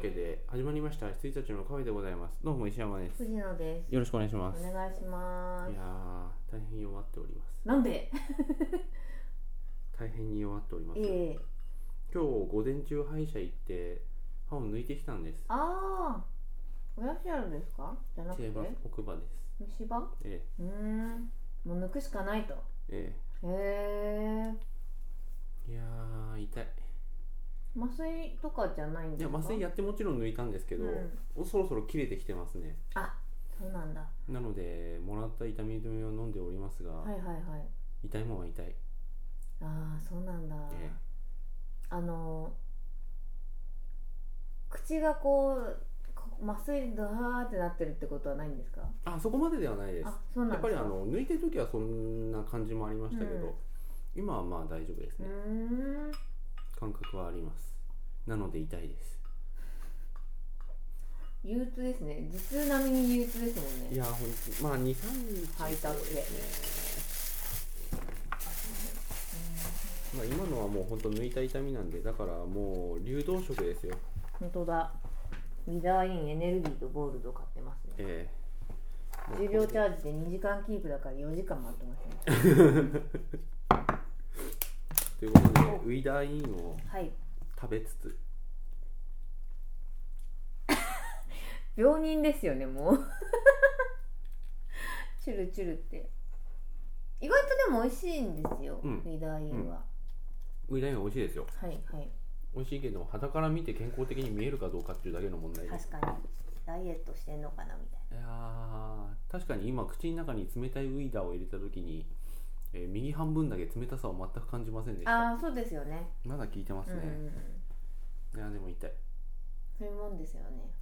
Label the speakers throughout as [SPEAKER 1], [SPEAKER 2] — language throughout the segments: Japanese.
[SPEAKER 1] けで始まりました1日のカフェでございますどうも石山です
[SPEAKER 2] 藤野です。
[SPEAKER 1] よろしくお願いし
[SPEAKER 2] お
[SPEAKER 1] ますいや
[SPEAKER 2] 願いします。
[SPEAKER 1] ー大変弱っております
[SPEAKER 2] なんで？
[SPEAKER 1] 大変に弱っております、
[SPEAKER 2] ええ
[SPEAKER 1] 今日午前中歯医者行って歯を抜いてきたんです
[SPEAKER 2] ああ、おやしゃるですか？じゃなく
[SPEAKER 1] 知
[SPEAKER 2] て
[SPEAKER 1] れば奥歯です
[SPEAKER 2] 虫歯？う
[SPEAKER 1] え
[SPEAKER 2] ーん、もう抜くしかないと。
[SPEAKER 1] ええ
[SPEAKER 2] へえ。
[SPEAKER 1] えいやー痛い
[SPEAKER 2] 麻酔とかじゃないん
[SPEAKER 1] い
[SPEAKER 2] で
[SPEAKER 1] や
[SPEAKER 2] すか？
[SPEAKER 1] 麻酔やってもちろん抜いたんですけど、
[SPEAKER 2] うん
[SPEAKER 1] おそろそろ切れてきてますね
[SPEAKER 2] あ、そうなんだ。
[SPEAKER 1] なのでもらった痛み止めを飲んでおりますが、
[SPEAKER 2] はいはいはい。
[SPEAKER 1] 痛いもんは痛い
[SPEAKER 2] ああ、そうなんだ。
[SPEAKER 1] え
[SPEAKER 2] あの口がこうこ麻酔でドハーってなってるってことはないんですか？
[SPEAKER 1] あそこまでではないです
[SPEAKER 2] あ、そうな
[SPEAKER 1] やっ
[SPEAKER 2] ん
[SPEAKER 1] ぱ
[SPEAKER 2] で
[SPEAKER 1] り
[SPEAKER 2] すか。
[SPEAKER 1] あの抜いてる時はそんな感じもありましたけど、
[SPEAKER 2] うん
[SPEAKER 1] 今はまあ大丈夫です
[SPEAKER 2] う
[SPEAKER 1] ね、
[SPEAKER 2] ーん。
[SPEAKER 1] 感覚はありますなので痛いです
[SPEAKER 2] 憂鬱ですね頭痛並みに憂鬱ですもん
[SPEAKER 1] い
[SPEAKER 2] ね
[SPEAKER 1] やほんとまあ23日
[SPEAKER 2] 吐いたって
[SPEAKER 1] そうですね、まあ、今のはもう本当抜いた痛みなんでだからもう流動食ですよ
[SPEAKER 2] 本当だウィダーインエネルギーとゴールド買ってますね
[SPEAKER 1] ええ
[SPEAKER 2] 10秒チャージで2時間キープだから4時間待ってますね
[SPEAKER 1] ということでウィダーインを
[SPEAKER 2] はい
[SPEAKER 1] 食べつつ
[SPEAKER 2] 病人ですよねもう チュルチュルって意外とでも美味しいんですよ、
[SPEAKER 1] うん
[SPEAKER 2] ウィダーインは、
[SPEAKER 1] ウィダーインは美味しいですよ
[SPEAKER 2] はいはい
[SPEAKER 1] 美味しいけど肌から見て健康的に見えるかどうかっていうだけの問題です
[SPEAKER 2] 確かにダイエットしてんのかなみたい
[SPEAKER 1] いやー確かに今口の中に冷たいウイダーを入れた時に、えー右半分だけ冷たさを全く感じませんでし
[SPEAKER 2] な
[SPEAKER 1] た
[SPEAKER 2] ああーそうですよね
[SPEAKER 1] まだ効いてます
[SPEAKER 2] うんうん
[SPEAKER 1] ね、
[SPEAKER 2] うん
[SPEAKER 1] いやでも痛い
[SPEAKER 2] そういうもんですよね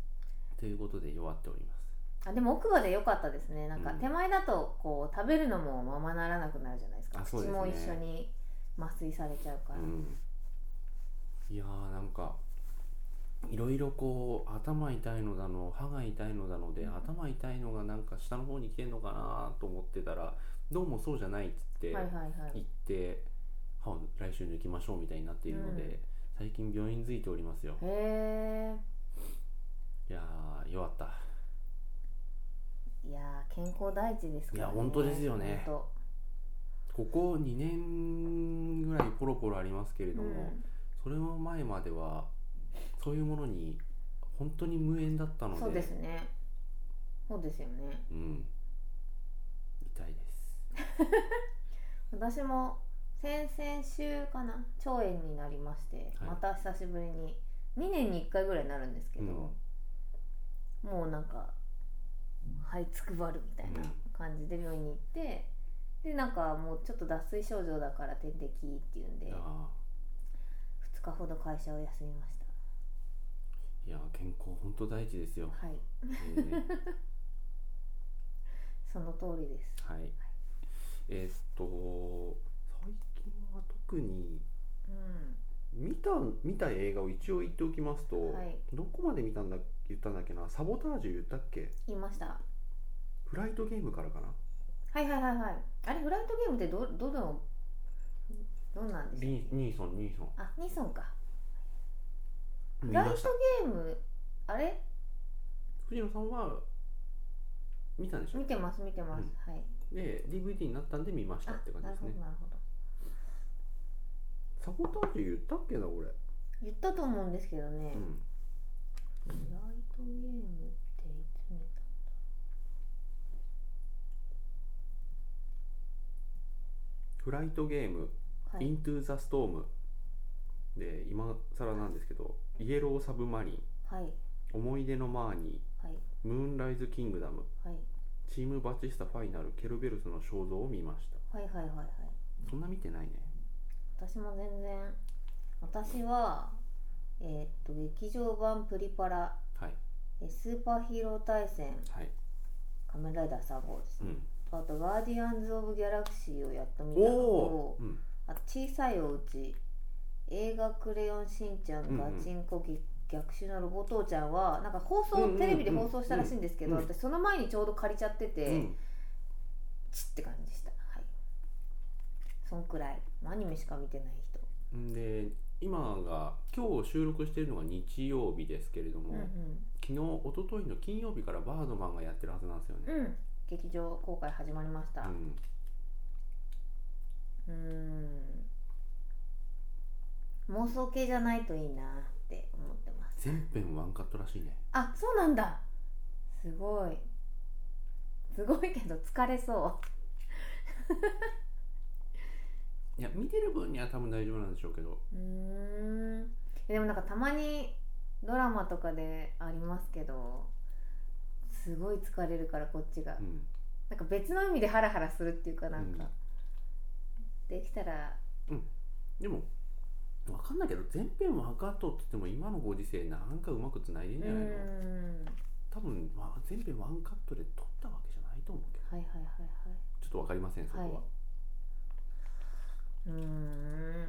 [SPEAKER 1] ということで弱っております
[SPEAKER 2] あでも奥歯で良かったですねなんか
[SPEAKER 1] うん
[SPEAKER 2] 手前だとこう食べるのもままならなくなるじゃないですか
[SPEAKER 1] あそう
[SPEAKER 2] 口
[SPEAKER 1] ですね
[SPEAKER 2] も一緒に麻酔されちゃうから、
[SPEAKER 1] うん、いやーなんかいろいろこう頭痛いのだの歯が痛いのだので、
[SPEAKER 2] うん
[SPEAKER 1] 頭痛いのがなんか下の方に来てんのかなと思ってたらどうもそうじゃないっつって
[SPEAKER 2] はいはいは
[SPEAKER 1] 行
[SPEAKER 2] い
[SPEAKER 1] って歯を来週抜きましょうみたいになっているので、
[SPEAKER 2] うん
[SPEAKER 1] 最近病院付いておりますよ
[SPEAKER 2] へえ
[SPEAKER 1] いやー弱った
[SPEAKER 2] いやー健康第一ですから、ね、
[SPEAKER 1] いや本当ですよね
[SPEAKER 2] 本
[SPEAKER 1] ここ2年ぐらいポロポロありますけれ
[SPEAKER 2] 当
[SPEAKER 1] ども、それの前まではそういうものに本当に無縁だった
[SPEAKER 2] う
[SPEAKER 1] の
[SPEAKER 2] ん、
[SPEAKER 1] で
[SPEAKER 2] そうですねそうですよね
[SPEAKER 1] うん、痛いです
[SPEAKER 2] 私も先々週かな腸炎になりまして、
[SPEAKER 1] はい
[SPEAKER 2] また久しぶりに2年に1回ぐらいになるんですけど、もうなんか這いつくばるみたいな感じで病院に行って、でなんかもうちょっと脱水症状だから点滴っていうんで
[SPEAKER 1] いや
[SPEAKER 2] 2日ほど会社を休みまし
[SPEAKER 1] ーいやー健康本当大事です よ、
[SPEAKER 2] たはい
[SPEAKER 1] えー
[SPEAKER 2] その通りです
[SPEAKER 1] はいえーっと最近は特に
[SPEAKER 2] うん
[SPEAKER 1] 見た見た映画を一応言っておきますと、
[SPEAKER 2] はい
[SPEAKER 1] どこまで見たんだ言ったんだっけなサボタージュ言ったっけ
[SPEAKER 2] 言いました
[SPEAKER 1] フライトゲームからかな
[SPEAKER 2] はいはいはいはいあれフライトゲームってどどのどんなんでしたっ
[SPEAKER 1] リ
[SPEAKER 2] け
[SPEAKER 1] ニーソンニーソン
[SPEAKER 2] あニソンか
[SPEAKER 1] 見
[SPEAKER 2] フライ
[SPEAKER 1] ま
[SPEAKER 2] ト
[SPEAKER 1] した
[SPEAKER 2] ゲームあれ
[SPEAKER 1] 藤野さんは見たんでしょ
[SPEAKER 2] 見てます見てます、はい
[SPEAKER 1] で DVD になったんで見ました
[SPEAKER 2] あ
[SPEAKER 1] って感じ
[SPEAKER 2] な
[SPEAKER 1] です
[SPEAKER 2] るほど
[SPEAKER 1] ね
[SPEAKER 2] なるほど
[SPEAKER 1] サボタージュ言ったっけな俺
[SPEAKER 2] 言ったと思うんですけどね、
[SPEAKER 1] うん
[SPEAKER 2] フライトゲームっていつ見た
[SPEAKER 1] フライトゲーム
[SPEAKER 2] は
[SPEAKER 1] イ
[SPEAKER 2] い
[SPEAKER 1] ントゥーザストームで今更なんですけどイエローサブマリン
[SPEAKER 2] はい
[SPEAKER 1] 思い出のマーニ
[SPEAKER 2] はい
[SPEAKER 1] ームーンライズキングダム
[SPEAKER 2] はい
[SPEAKER 1] チームバチスタファイナルケルベルスの肖像を見ました
[SPEAKER 2] はいはいはいはい
[SPEAKER 1] そんな見てないね
[SPEAKER 2] 私も全然私はえーっと劇場版プリパラ
[SPEAKER 1] はい
[SPEAKER 2] えスーパーヒーロー対戦
[SPEAKER 1] はい
[SPEAKER 2] 仮面ライダー3号です
[SPEAKER 1] う
[SPEAKER 2] ね、
[SPEAKER 1] ん
[SPEAKER 2] あとガーディアンズ・オブ・ギャラクシーをやっと見た
[SPEAKER 1] お
[SPEAKER 2] の
[SPEAKER 1] お
[SPEAKER 2] と
[SPEAKER 1] ー、うん、
[SPEAKER 2] あと小さいおうち映画クレヨンしんちゃ
[SPEAKER 1] うん
[SPEAKER 2] ん
[SPEAKER 1] う
[SPEAKER 2] ガ
[SPEAKER 1] ん
[SPEAKER 2] チンコぎ逆襲のロボ父ちゃんはなんか放
[SPEAKER 1] う
[SPEAKER 2] 送、
[SPEAKER 1] んうんうん
[SPEAKER 2] テレビで放送したらしいんですけど、
[SPEAKER 1] うん
[SPEAKER 2] 私その前にちょうど借りちゃってて、
[SPEAKER 1] うん、
[SPEAKER 2] チッって感じでしたはいそんくらいアニメしか見てない人
[SPEAKER 1] んで今が今日収録しているのが日曜日ですけれども、
[SPEAKER 2] うん
[SPEAKER 1] 昨日一昨日の金曜日からバードマンがやってるはずなんですよ
[SPEAKER 2] う
[SPEAKER 1] ね、
[SPEAKER 2] んうん劇場公開始まりました
[SPEAKER 1] うん
[SPEAKER 2] うーん妄想系じゃないといいなって思ってます
[SPEAKER 1] 全編ワンカットらしいね
[SPEAKER 2] あそうなんだすごいすごいけど疲れそ
[SPEAKER 1] いや見てる分には多分大丈夫なんでしょうけど
[SPEAKER 2] ううーんえでもなんかたまにドラマとかでありますけどすごい疲れるからこっちが
[SPEAKER 1] うん
[SPEAKER 2] なんか別の意味でハラハラするっていうかなんか、できたら
[SPEAKER 1] でも分かんないけど全編ワンカットって言っても今のご時世なんかうまくつないで
[SPEAKER 2] うん
[SPEAKER 1] じ
[SPEAKER 2] ー
[SPEAKER 1] ゃないの
[SPEAKER 2] ん
[SPEAKER 1] 多分、まあ、全編ワンカットで撮ったわけじゃないと思うけど
[SPEAKER 2] はいはいはいはい
[SPEAKER 1] ちょっと分かりませんそこは、
[SPEAKER 2] はいうーん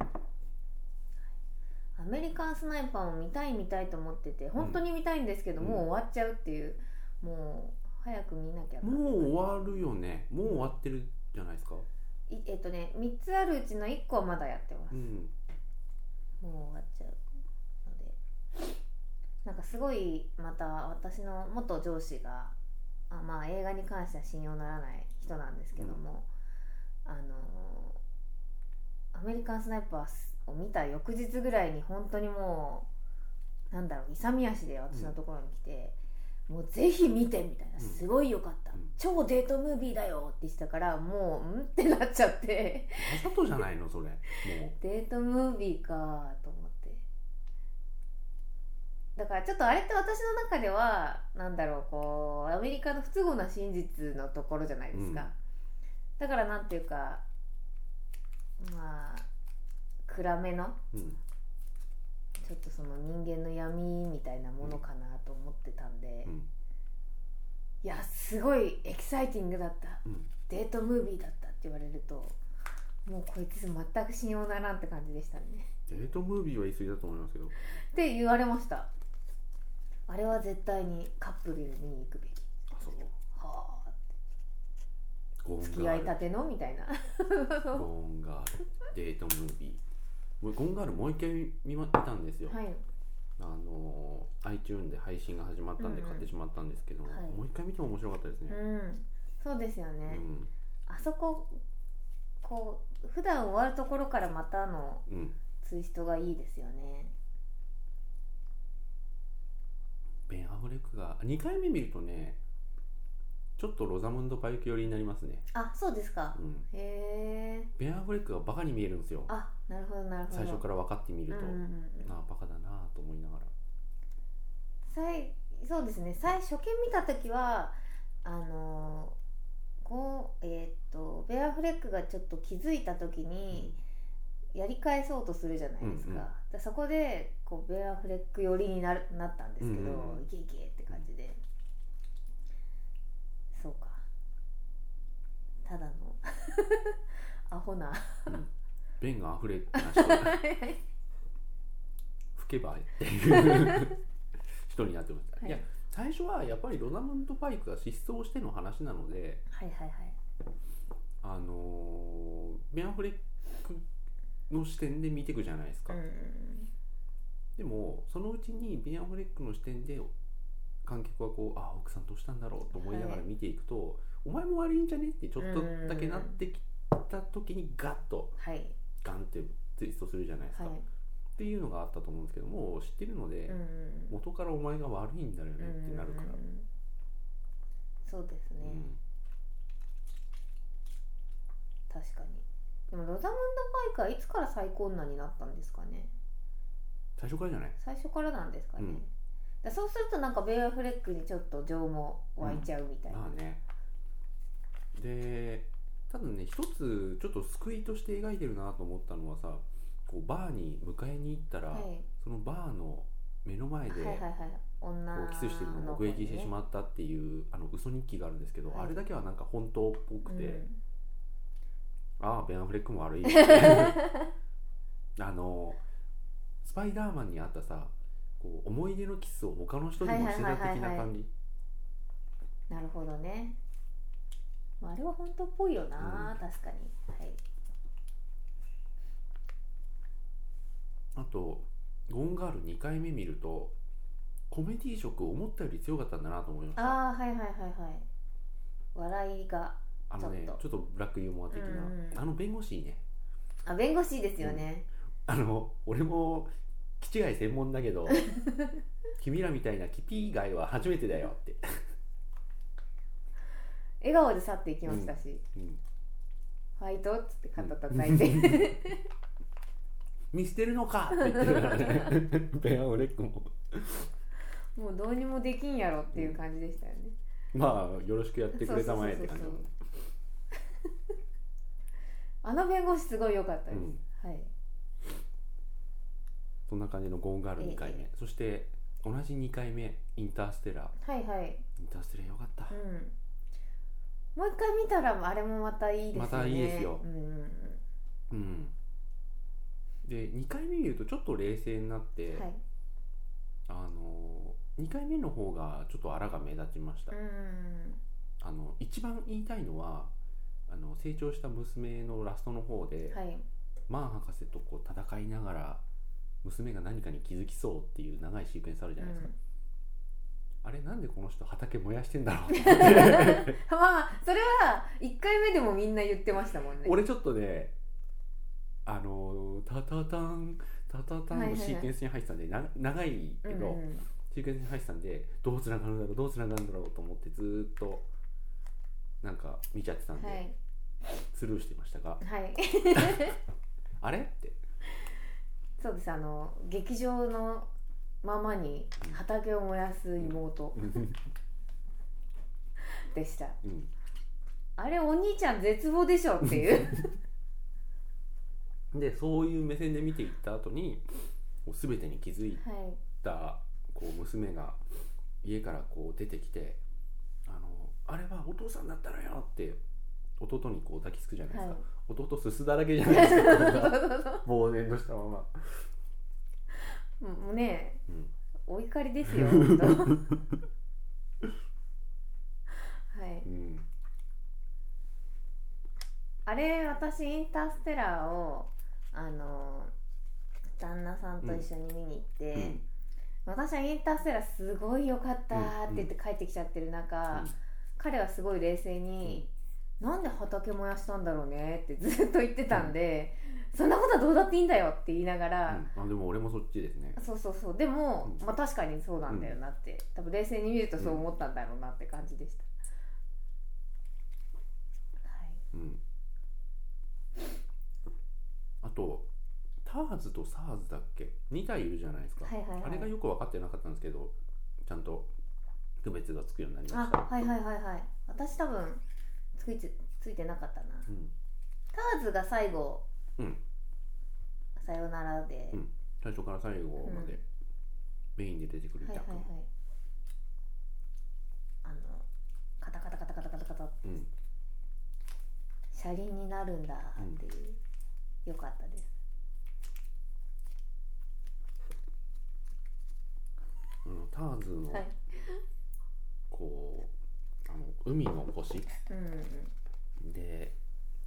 [SPEAKER 2] アメリカンスナイパーを見たい見たいと思ってて本当に見たいんですけど、
[SPEAKER 1] うん
[SPEAKER 2] もう終わっちゃうっていうもう早く見なきゃな
[SPEAKER 1] もう終わるよねもう終わってるじゃないですか
[SPEAKER 2] いえっとね3つあるうちの1個はまだやってます、
[SPEAKER 1] うん
[SPEAKER 2] もう終わっちゃうのでなんかすごいまた私の元上司があまあ映画に関しては信用ならない人なんですけども、あのーアメリカンスナイパーを見た翌日ぐらいに本当にもうなんだろう勇み足で私のところに来て、もうぜひ見てみたいな、
[SPEAKER 1] うん
[SPEAKER 2] すごいよかった、
[SPEAKER 1] うん
[SPEAKER 2] 超デートムービーだよって言ってたからもううんってなっちゃって。
[SPEAKER 1] わざとじゃないのそれもう
[SPEAKER 2] デートムービーかと思ってだからちょっとあれって私の中ではなんだろうこうアメリカの不都合な真実のところじゃないですか、
[SPEAKER 1] うん
[SPEAKER 2] だからなんていうかまあ暗めの
[SPEAKER 1] うん
[SPEAKER 2] ちょっとその人間の闇みたいなものかなと思ってたんで、
[SPEAKER 1] うん
[SPEAKER 2] いやすごいエキサイティングだった、
[SPEAKER 1] うん
[SPEAKER 2] デートムービーだったって言われるともうこいつ全く信用ならんって感じでしたね
[SPEAKER 1] デートムービーは言い過ぎだと思いますけど
[SPEAKER 2] って言われましたあれは絶対にカップルで見に行くべき
[SPEAKER 1] あそう
[SPEAKER 2] はあ
[SPEAKER 1] ゴーンガール
[SPEAKER 2] 付き合いたてのみたいな
[SPEAKER 1] ゴーンガールデートムービーもうゴーンガールもう一回見ま見たんですよ、
[SPEAKER 2] はい
[SPEAKER 1] あのー iTune で配信が始まったんで
[SPEAKER 2] うんうん
[SPEAKER 1] 買ってしまったんですけど、
[SPEAKER 2] はい
[SPEAKER 1] もう一回見ても面白かったです
[SPEAKER 2] う
[SPEAKER 1] ね、
[SPEAKER 2] んそうですよ
[SPEAKER 1] う
[SPEAKER 2] ね、
[SPEAKER 1] ん
[SPEAKER 2] あそここう普段終わるところからまたの
[SPEAKER 1] うん、
[SPEAKER 2] ツイストがいいですよね
[SPEAKER 1] ベン・アフレックが2回目見るとねちょっとロザムンド・パイク寄りになりますね、
[SPEAKER 2] あそうですか
[SPEAKER 1] うん、
[SPEAKER 2] へえ
[SPEAKER 1] ベン・アフレックがバカに見えるんですよ
[SPEAKER 2] あなるほどなるほど
[SPEAKER 1] 最初から分かってみると、
[SPEAKER 2] うんうんうん
[SPEAKER 1] なあバカだなあと思いな がら
[SPEAKER 2] 最そうですね最初見見た時はあのこうえーっとベアフレックがちょっと気づいた時にやり返そうとするじゃないですか,、
[SPEAKER 1] うんうん
[SPEAKER 2] でそこでこうベアフレック寄りになるなったんですけど、
[SPEAKER 1] うんうん
[SPEAKER 2] いけいけって感じで、そうかただの アホな
[SPEAKER 1] ベンがアフレックな人老けばえっていう人になってました、、
[SPEAKER 2] はいい
[SPEAKER 1] や最初はやっぱりロザムンド・パイクが失踪しての話なので
[SPEAKER 2] はいはいはい
[SPEAKER 1] あのーベン・アフレックの視点で見ていくじゃないですか、
[SPEAKER 2] うんうん
[SPEAKER 1] でもそのうちにベン・アフレックの視点で観客はこうああ奥さんどうしたんだろうと思いながら
[SPEAKER 2] はい
[SPEAKER 1] 見ていくと、お前も悪いんじゃねってちょっとだけなってきた時にガッと
[SPEAKER 2] はい
[SPEAKER 1] ガンってツイストするじゃないですか、
[SPEAKER 2] はい
[SPEAKER 1] っていうのがあったと思うんですけどもう知ってるので、
[SPEAKER 2] うんうん
[SPEAKER 1] 元からお前が悪いんだよねってなるから、
[SPEAKER 2] うんうんうんそうですね、
[SPEAKER 1] うん
[SPEAKER 2] 確かにでもロザムンド・パイクはいつから再婚難になったんですかね
[SPEAKER 1] 最初からじゃない
[SPEAKER 2] 最初からなんですかね、
[SPEAKER 1] うん
[SPEAKER 2] だそうするとなんかベアフレックにちょっと情も湧いちゃうみたいな、
[SPEAKER 1] まあねでただね一つちょっと救いとして描いてるなと思ったのはさこうバーに迎えに行ったら、
[SPEAKER 2] はい、
[SPEAKER 1] そのバーの目の前で
[SPEAKER 2] はいはいはい女
[SPEAKER 1] こ
[SPEAKER 2] の
[SPEAKER 1] うキスしてるのを目撃してし
[SPEAKER 2] っ
[SPEAKER 1] まったっていうあの嘘日記があるんですけど、
[SPEAKER 2] はい
[SPEAKER 1] あれだけはなんか本当っぽくて、ああベン・アフレックも悪い あのスパイダーマンにあったさこう思い出のキスを他の人にもしてた的な感じ
[SPEAKER 2] なるほどね、まあ、あれは本当っぽいよな、確かにはい
[SPEAKER 1] あと「ゴーンガール」2回目見るとコメディ色思ったより強かったんだなと思いましたあ
[SPEAKER 2] ああはいはいはいはい笑いが
[SPEAKER 1] のね
[SPEAKER 2] ち
[SPEAKER 1] ち
[SPEAKER 2] ょ
[SPEAKER 1] ょ
[SPEAKER 2] っと
[SPEAKER 1] っとブラックユーモア的な、
[SPEAKER 2] うんうん
[SPEAKER 1] あの弁護士いいね
[SPEAKER 2] あ弁護士いいですよね、
[SPEAKER 1] あの俺も気違い専門だけ ど君らみたいなキピ以外は初めてだよって、
[SPEAKER 2] 笑顔で去っていきましたし
[SPEAKER 1] うん、
[SPEAKER 2] 「ファイト」っつって肩叩いて、
[SPEAKER 1] 見捨てるのかって言ってるから ねベアオレックも
[SPEAKER 2] もうどうにもできんやろっていう感じでしたよね、
[SPEAKER 1] まあよろしくやってくれたまえって感じだもん
[SPEAKER 2] そうあの弁護士すごい良かったです、
[SPEAKER 1] うん
[SPEAKER 2] はい
[SPEAKER 1] そんな感じのゴーンガール2回目、そして同じ2回目インターステラー
[SPEAKER 2] はいはい
[SPEAKER 1] インターステラーよかった、
[SPEAKER 2] うんもう一回見たらあれもまたいいですよね
[SPEAKER 1] またいいですよ
[SPEAKER 2] うんうんうん
[SPEAKER 1] うん、で2回目見るとちょっと冷静になって、
[SPEAKER 2] はい
[SPEAKER 1] あの2回目の方がちょっとあらが目立ちました、
[SPEAKER 2] うんうん
[SPEAKER 1] あの一番言いたいのはあの成長した娘のラストの方
[SPEAKER 2] う
[SPEAKER 1] で、
[SPEAKER 2] んはい
[SPEAKER 1] マン博士とこう戦いながら娘が何かに気づきそうっていう長いシークエンスあるじゃないですか、あれなんでこの人畑燃やしてんだろうって
[SPEAKER 2] うんまあそれは一回目でもみんな言ってましたもんね
[SPEAKER 1] 俺ちょっとねあのタタタンタタタンのシークエンスに入ってたんで、な長いけど、
[SPEAKER 2] うんうん
[SPEAKER 1] シークエンスに入ってたんでどうつながるんだろうどうつながるんだろうと思ってずーっとなんか見ちゃってたんで、
[SPEAKER 2] はい
[SPEAKER 1] スルーしてましたが
[SPEAKER 2] はい
[SPEAKER 1] あれって
[SPEAKER 2] そうですあの劇場のままに畑を燃やす妹
[SPEAKER 1] うん
[SPEAKER 2] でした、
[SPEAKER 1] うん
[SPEAKER 2] あれお兄ちゃん絶望でしょっていう
[SPEAKER 1] でそういう目線で見ていった後にこう全てに気づい
[SPEAKER 2] はい
[SPEAKER 1] たこう娘が家からこう出てきて「あのあれはお父さんだったのよ」って弟にこう抱きつくじゃないですか、弟すすだらけじゃないですかなんか
[SPEAKER 2] は
[SPEAKER 1] 呆然としたまま、
[SPEAKER 2] い もうね
[SPEAKER 1] うん、
[SPEAKER 2] お怒りですよ本当はい
[SPEAKER 1] うん
[SPEAKER 2] あれ私インターステラーをあの旦那さんと一緒に見に行って、
[SPEAKER 1] うん
[SPEAKER 2] 私はインターステラーすごい良かったって言って帰ってきちゃってる中、彼はすごい冷静に、なんで畑燃やしたんだろうねってずっと言ってたんで、そんなことはどうだっていいんだよって言いながら、
[SPEAKER 1] うんあでも俺もそっちですね
[SPEAKER 2] そうそうそうでも、
[SPEAKER 1] うん
[SPEAKER 2] まあ確かにそうなんだよなって、多分冷静に見るとそう思ったんだろうなって感じでした、
[SPEAKER 1] うんあとターズとサーズだっけ2体いるじゃないですか、
[SPEAKER 2] はいはいはい
[SPEAKER 1] あれがよく分かってなかったんですけどちゃんと区別がつくようになりま
[SPEAKER 2] はい
[SPEAKER 1] し、
[SPEAKER 2] あ
[SPEAKER 1] た、
[SPEAKER 2] はいはいはいはい私多分ついてついてなかったな
[SPEAKER 1] うん、
[SPEAKER 2] ターズが最後、
[SPEAKER 1] うん
[SPEAKER 2] さよならで、
[SPEAKER 1] うん最初から最後までメインで出てくる
[SPEAKER 2] はい
[SPEAKER 1] ジャ
[SPEAKER 2] は
[SPEAKER 1] ッ
[SPEAKER 2] い
[SPEAKER 1] ク、
[SPEAKER 2] はいあのカタカタカタカタカタカタ
[SPEAKER 1] うん
[SPEAKER 2] 車輪になるんだっていう、よかったです
[SPEAKER 1] あのターズの
[SPEAKER 2] はい
[SPEAKER 1] こうあの海の星
[SPEAKER 2] うんうん
[SPEAKER 1] で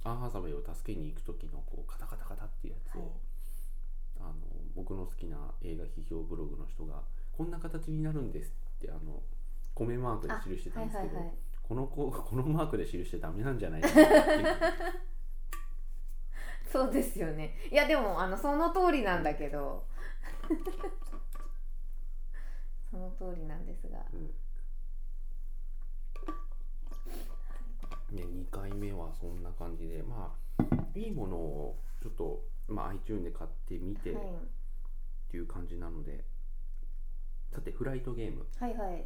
[SPEAKER 1] アンハサウェイを助けに行く時のこうカタカタカタっていうやつを、
[SPEAKER 2] はい
[SPEAKER 1] あの僕の好きな映画批評ブログの人が「こんな形になるんです」ってあの米マークで記してた
[SPEAKER 2] はい
[SPEAKER 1] んです
[SPEAKER 2] は
[SPEAKER 1] け
[SPEAKER 2] い
[SPEAKER 1] ど、
[SPEAKER 2] はい
[SPEAKER 1] このここのマークで記しちゃダメなんじゃないかなっていう
[SPEAKER 2] そうですよねいやでもあのその通りなんだけど その通りなんですが
[SPEAKER 1] で2回目はそんな感じでまあいいものをちょっと、まあ、iTune で買ってみてっ
[SPEAKER 2] はい
[SPEAKER 1] ていう感じなので、さてフライトゲーム
[SPEAKER 2] はいはい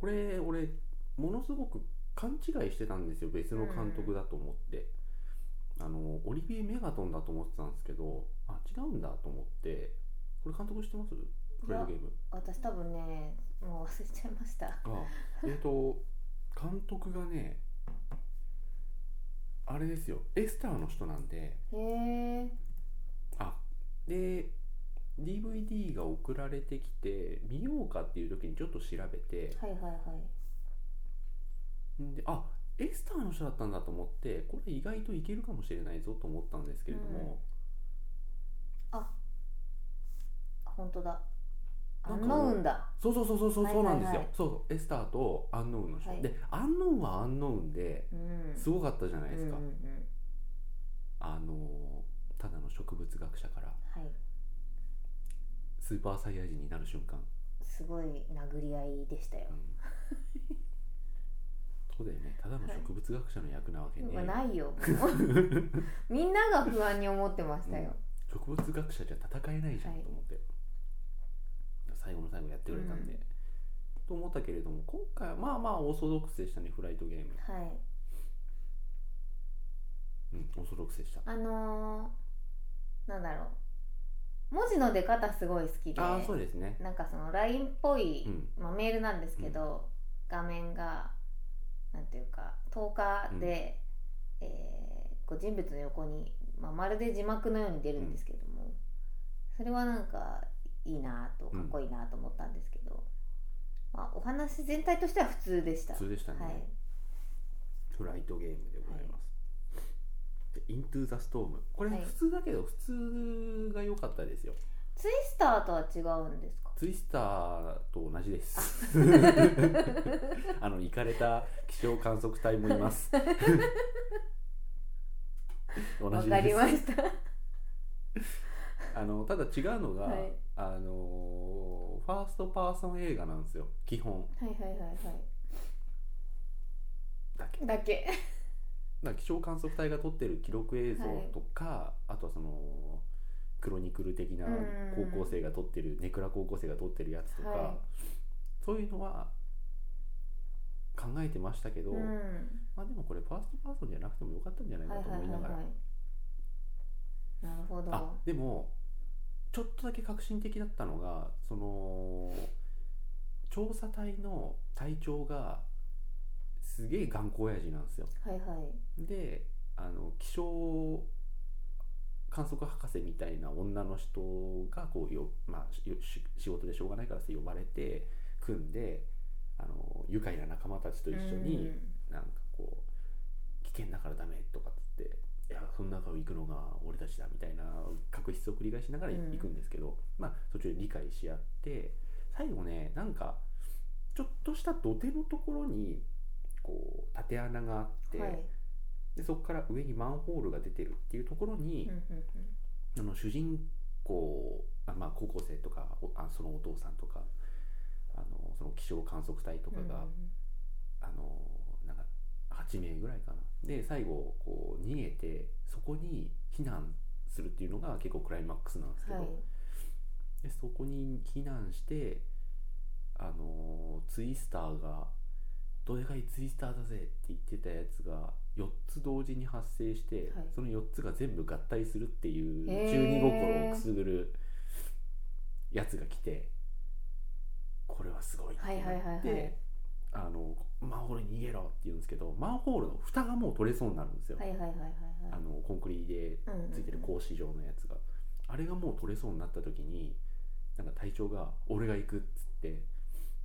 [SPEAKER 1] これ俺ものすごく勘違いしてたんですよ別の監督だと思って、あのオリビエ・メガトンだと思ってたんですけどあ違うんだと思ってこれ監督知ってますフライドゲーム
[SPEAKER 2] 私多分ねもう忘れちゃいました
[SPEAKER 1] あえっ、と監督がねあれですよエスターの人なんで
[SPEAKER 2] へえ
[SPEAKER 1] あで DVD が送られてきて見ようかっていう時にちょっと調べて
[SPEAKER 2] はいはいはい
[SPEAKER 1] であエスターの人だったんだと思ってこれ意外といけるかもしれないぞと思ったんですけれども、
[SPEAKER 2] 本当だア
[SPEAKER 1] なん
[SPEAKER 2] ン
[SPEAKER 1] か
[SPEAKER 2] ノウンだ
[SPEAKER 1] そうそうそうそうそうそうなんですよ、
[SPEAKER 2] はいはいはい
[SPEAKER 1] そうそうエスターとアンノウンの人、
[SPEAKER 2] はい
[SPEAKER 1] でアンノウンはアンノウンで
[SPEAKER 2] うん
[SPEAKER 1] すごかったじゃないですか、
[SPEAKER 2] うんうんうん
[SPEAKER 1] あのただの植物学者から
[SPEAKER 2] はい
[SPEAKER 1] スーパーサイヤ人になる瞬間、
[SPEAKER 2] すごい殴り合いでしたよ
[SPEAKER 1] うん、そうだよねただの植物学者の役なわけね、
[SPEAKER 2] まあないよ みんなが不安に思ってましたよ、
[SPEAKER 1] 植物学者じゃ戦えないじゃん
[SPEAKER 2] はい
[SPEAKER 1] と思って、最後の最後やってくれたんで、
[SPEAKER 2] うん
[SPEAKER 1] と思ったけれども今回はまあまあオーソドックスでしたねフライトゲーム
[SPEAKER 2] はい
[SPEAKER 1] うんオーソドックスでした
[SPEAKER 2] あのー、なんだろう文字の出方すごい好きで
[SPEAKER 1] ああーそうですね
[SPEAKER 2] なんかその LINE っぽい、
[SPEAKER 1] うん
[SPEAKER 2] まあ、メールなんですけど、画面がなんていうか10日で、えーこう人物の横に、まあ、まるで字幕のように出るんですけども、それはなんかいいなとかっこいいなと思ったんですけど、まあ、お話全体としては普通でした。
[SPEAKER 1] 普通でしたね、
[SPEAKER 2] はい
[SPEAKER 1] フライトゲームでございます、でイントゥーザストームこれ
[SPEAKER 2] はい
[SPEAKER 1] 普通だけど普通が良かったですよ
[SPEAKER 2] ツイスターとは違うんですか
[SPEAKER 1] ツイスターと同じです あの行かれた気象観測隊もいます 同
[SPEAKER 2] わ
[SPEAKER 1] じ
[SPEAKER 2] かり
[SPEAKER 1] です
[SPEAKER 2] ました。
[SPEAKER 1] あのただ違うのが、
[SPEAKER 2] はい
[SPEAKER 1] あのファーストパーソン映画なんですよ基本
[SPEAKER 2] はいはいはいは
[SPEAKER 1] だけ
[SPEAKER 2] い。だけ。
[SPEAKER 1] なんか気象観測隊が撮ってる記録映像とか、あとはそのクロニクル的な
[SPEAKER 2] うんうんうん
[SPEAKER 1] 高校生が撮ってるネクラ高校生が撮ってるやつとか、
[SPEAKER 2] はい
[SPEAKER 1] そういうのは考えてましたけど、
[SPEAKER 2] うん。
[SPEAKER 1] まあでもこれファーストパーソンじゃなくてもよかったんじゃないか
[SPEAKER 2] はいはい
[SPEAKER 1] と
[SPEAKER 2] は
[SPEAKER 1] 思
[SPEAKER 2] い
[SPEAKER 1] いながら、
[SPEAKER 2] はい。なるほど。
[SPEAKER 1] あでもちょっとだけ革新的だったのがその調査隊の隊長がすげえ頑固親父なんですよ。
[SPEAKER 2] はいはい。
[SPEAKER 1] であの気象観測博士みたいな女の人がこうよ、まあ、しし仕事でしょうがないからって呼ばれて組んであの愉快な仲間たちと一緒になんかこう危険だからダメとかっつっていやその中を行くのが俺たちだみたいな確執を繰り返しながら
[SPEAKER 2] うん
[SPEAKER 1] 行くんですけど、まあ途中で理解し合って最後ねなんかちょっとした土手のところにこう縦穴があって、
[SPEAKER 2] うんはい。
[SPEAKER 1] でそこから上にマンホールが出てるっていうところに、
[SPEAKER 2] うんうん
[SPEAKER 1] あの主人公あ、まあ、高校生とかおあそのお父さんとかあのその気象観測隊と
[SPEAKER 2] う
[SPEAKER 1] か
[SPEAKER 2] ん
[SPEAKER 1] が、あのなんか8名ぐらいかなで最後こう逃げてそこに避難するっていうのが結構クライマックスなんですけど、
[SPEAKER 2] はい。
[SPEAKER 1] でそこに避難してあのツイスターが「どでかいツイスターだぜ」って言ってたやつが4つ同時に発生して、
[SPEAKER 2] はい
[SPEAKER 1] その4つが全部合体するっていう
[SPEAKER 2] へー
[SPEAKER 1] 中二心をくすぐるやつが来てこれはすごいってなって、
[SPEAKER 2] はいはいはいはい
[SPEAKER 1] あのマンホールに逃げろって言うんですけどマンホールの蓋がもう取れそうになるんですよ、
[SPEAKER 2] はいはいはいはい
[SPEAKER 1] あのコンクリで
[SPEAKER 2] はい。うんうん
[SPEAKER 1] ついてる格子状のやつがあれがもう取れそうになった時になんか隊長が「俺が行く」っつって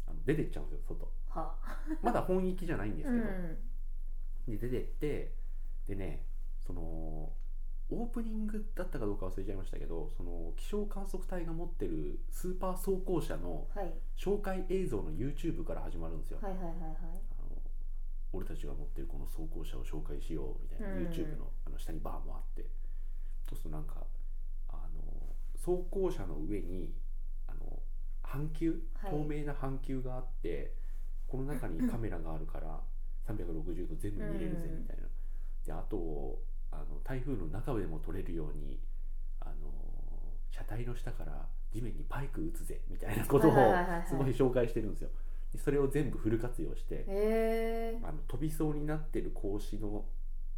[SPEAKER 1] あの出てっちゃうんですよ外
[SPEAKER 2] は。
[SPEAKER 1] まだ本域じゃないんです
[SPEAKER 2] う
[SPEAKER 1] けど、
[SPEAKER 2] ん。
[SPEAKER 1] で出てってでねそのオープニングだったかどうか忘れちゃいましたけどその気象観測隊が持ってるスーパー走行車の
[SPEAKER 2] はい。
[SPEAKER 1] 紹介映像の YouTube から始まるんですよ、
[SPEAKER 2] はいはいはいはい。
[SPEAKER 1] あの俺たちが持ってるこの走行車を紹介しようみたいな、
[SPEAKER 2] うん
[SPEAKER 1] YouTube のあの下にバーもあってそうするとなんかあの走行車の上にあの半球
[SPEAKER 2] はい
[SPEAKER 1] 透明な半球があって、この中にカメラがあるから360度全部見れるぜ
[SPEAKER 2] うん
[SPEAKER 1] みたいな、であとあの台風の中でも撮れるようにあの車体の下から地面にパイク打つぜみたいなことを
[SPEAKER 2] はいはいはいはい
[SPEAKER 1] すごい紹介してるんですよ。でそれを全部フル活用して、
[SPEAKER 2] へえ。
[SPEAKER 1] あの飛びそうになってる格子の